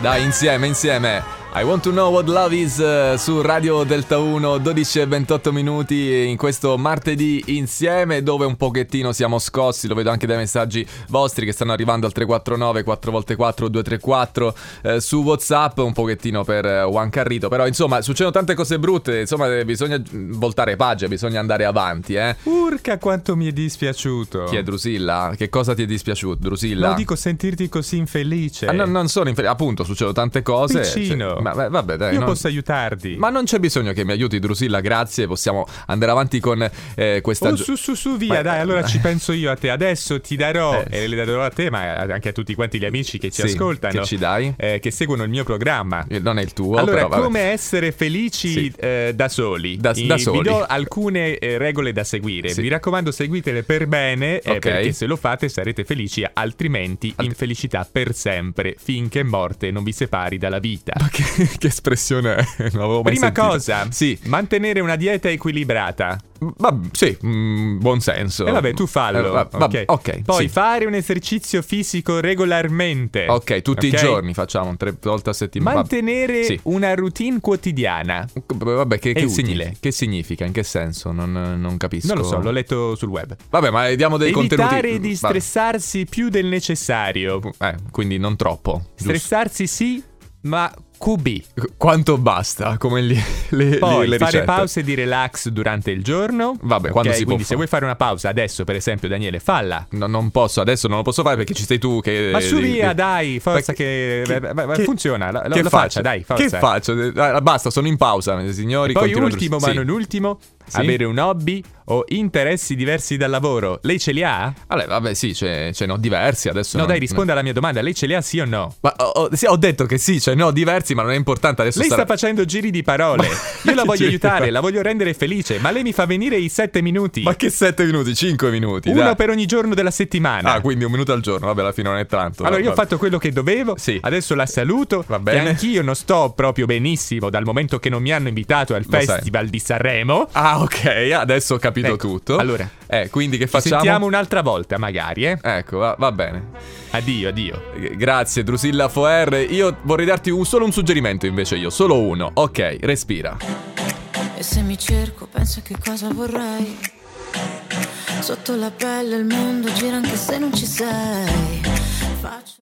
Dai, insieme, insieme. I want to know what love is eh, su Radio Delta 1, 12 e 28 minuti in questo martedì insieme dove un pochettino siamo scossi, lo vedo anche dai messaggi vostri che stanno arrivando al 349 4x4 234 eh, su Whatsapp, un pochettino per eh, Juan Carrito, però insomma succedono tante cose brutte, insomma eh, bisogna mm, voltare pagina, bisogna andare avanti, eh. Urca quanto mi è dispiaciuto. Chi è Drusilla? Che cosa ti è dispiaciuto, Drusilla? No, dico sentirti così infelice. Ah, no, non sono inferi- appunto, succedono tante cose. cioè, Piccino. ma beh, vabbè, dai. Io non- posso aiutarti. Ma non c'è bisogno che mi aiuti, Drusilla, grazie. Possiamo andare avanti con eh, questa. Oh, gio- su, su, su, via, Ma- dai, allora ci penso io a te. Adesso ti darò, Eh, e le darò a te, ma anche a tutti quanti gli amici che ci Sì, ascoltano, che ci dai? eh, che seguono il mio programma. Eh, Non è il tuo, allora, però vabbè. come essere felici Sì. eh, da soli? Da- I- da soli. Vi do alcune eh, regole da seguire. Sì. Mi raccomando, seguitele per bene, eh, Ok. perché se lo fate sarete felici, altrimenti Alt- infelicità per sempre, finché morte non vi separi dalla vita. Ma che, che espressione è? Non avevo mai Prima sentito. cosa, Sì, mantenere una dieta equilibrata. vabbè, sì, mm, buon senso. E vabbè, tu fallo. Eh, va- va- ok. ok, Poi sì. fare un esercizio fisico regolarmente. Ok, tutti Ok? i giorni facciamo un tre volte a settimana. Vabbè. Mantenere Sì. una routine quotidiana. Vabbè, che, È che utile. utile. Che significa? In che senso? Non, non capisco. Non lo so, l'ho letto sul web. Vabbè, ma diamo dei Evitare contenuti. di Va- stressarsi più del necessario. Eh, quindi non troppo. giusto? Stressarsi sì, ma QB. Quanto basta, come li- le, Poi le- le fare ricette. pause di relax durante il giorno. Vabbè, Ok, quando si può fare. Quindi se vuoi fare una pausa adesso, per esempio, Daniele, falla. No, non posso, adesso non lo posso fare perché ci sei tu che... Ma su di- via, di- dai, forza Ma che, beh, beh, che- funziona. La, la- che la faccia, dai, forza. Che faccio? Eh, Basta, sono in pausa, signori. E poi continuo a- ultimo, ma Sì. non ultimo, Sì? avere un hobby o interessi diversi dal lavoro. Lei ce li ha? Vabbè, vabbè, sì, ce ce ne ho diversi adesso. No, non- dai, risponda alla mia domanda. Lei ce li ha sì o no? Ma ho, ho- sì, ho detto che sì, ce ne ho diversi, ma non è importante adesso Lei sarà- sta facendo giri di parole. Io la Che voglio giri di aiutare, parole? la voglio rendere felice, ma lei mi fa venire i sette minuti. Ma che 7 minuti? 5 minuti, uno dai. per ogni giorno della settimana. Ah, quindi un minuto al giorno, vabbè, alla fine non è tanto. Allora, io ho vabbè. fatto quello che dovevo. Sì. Adesso la saluto. Va bene. E anch'io non sto proprio benissimo dal momento che non mi hanno invitato al Lo sai. Festival di Sanremo. Ah, ok, adesso ho capito Ecco, tutto. allora. Eh, quindi che Ci facciamo? sentiamo un'altra volta, magari, eh. Ecco, va- va bene. Addio, addio. Grazie Drusilla Foer, io vorrei darti un- solo un suggerimento invece io, solo uno. Ok, respira. E se mi cerco penso a che cosa vorrei Sotto la pelle il mondo gira anche se non ci sei Faccio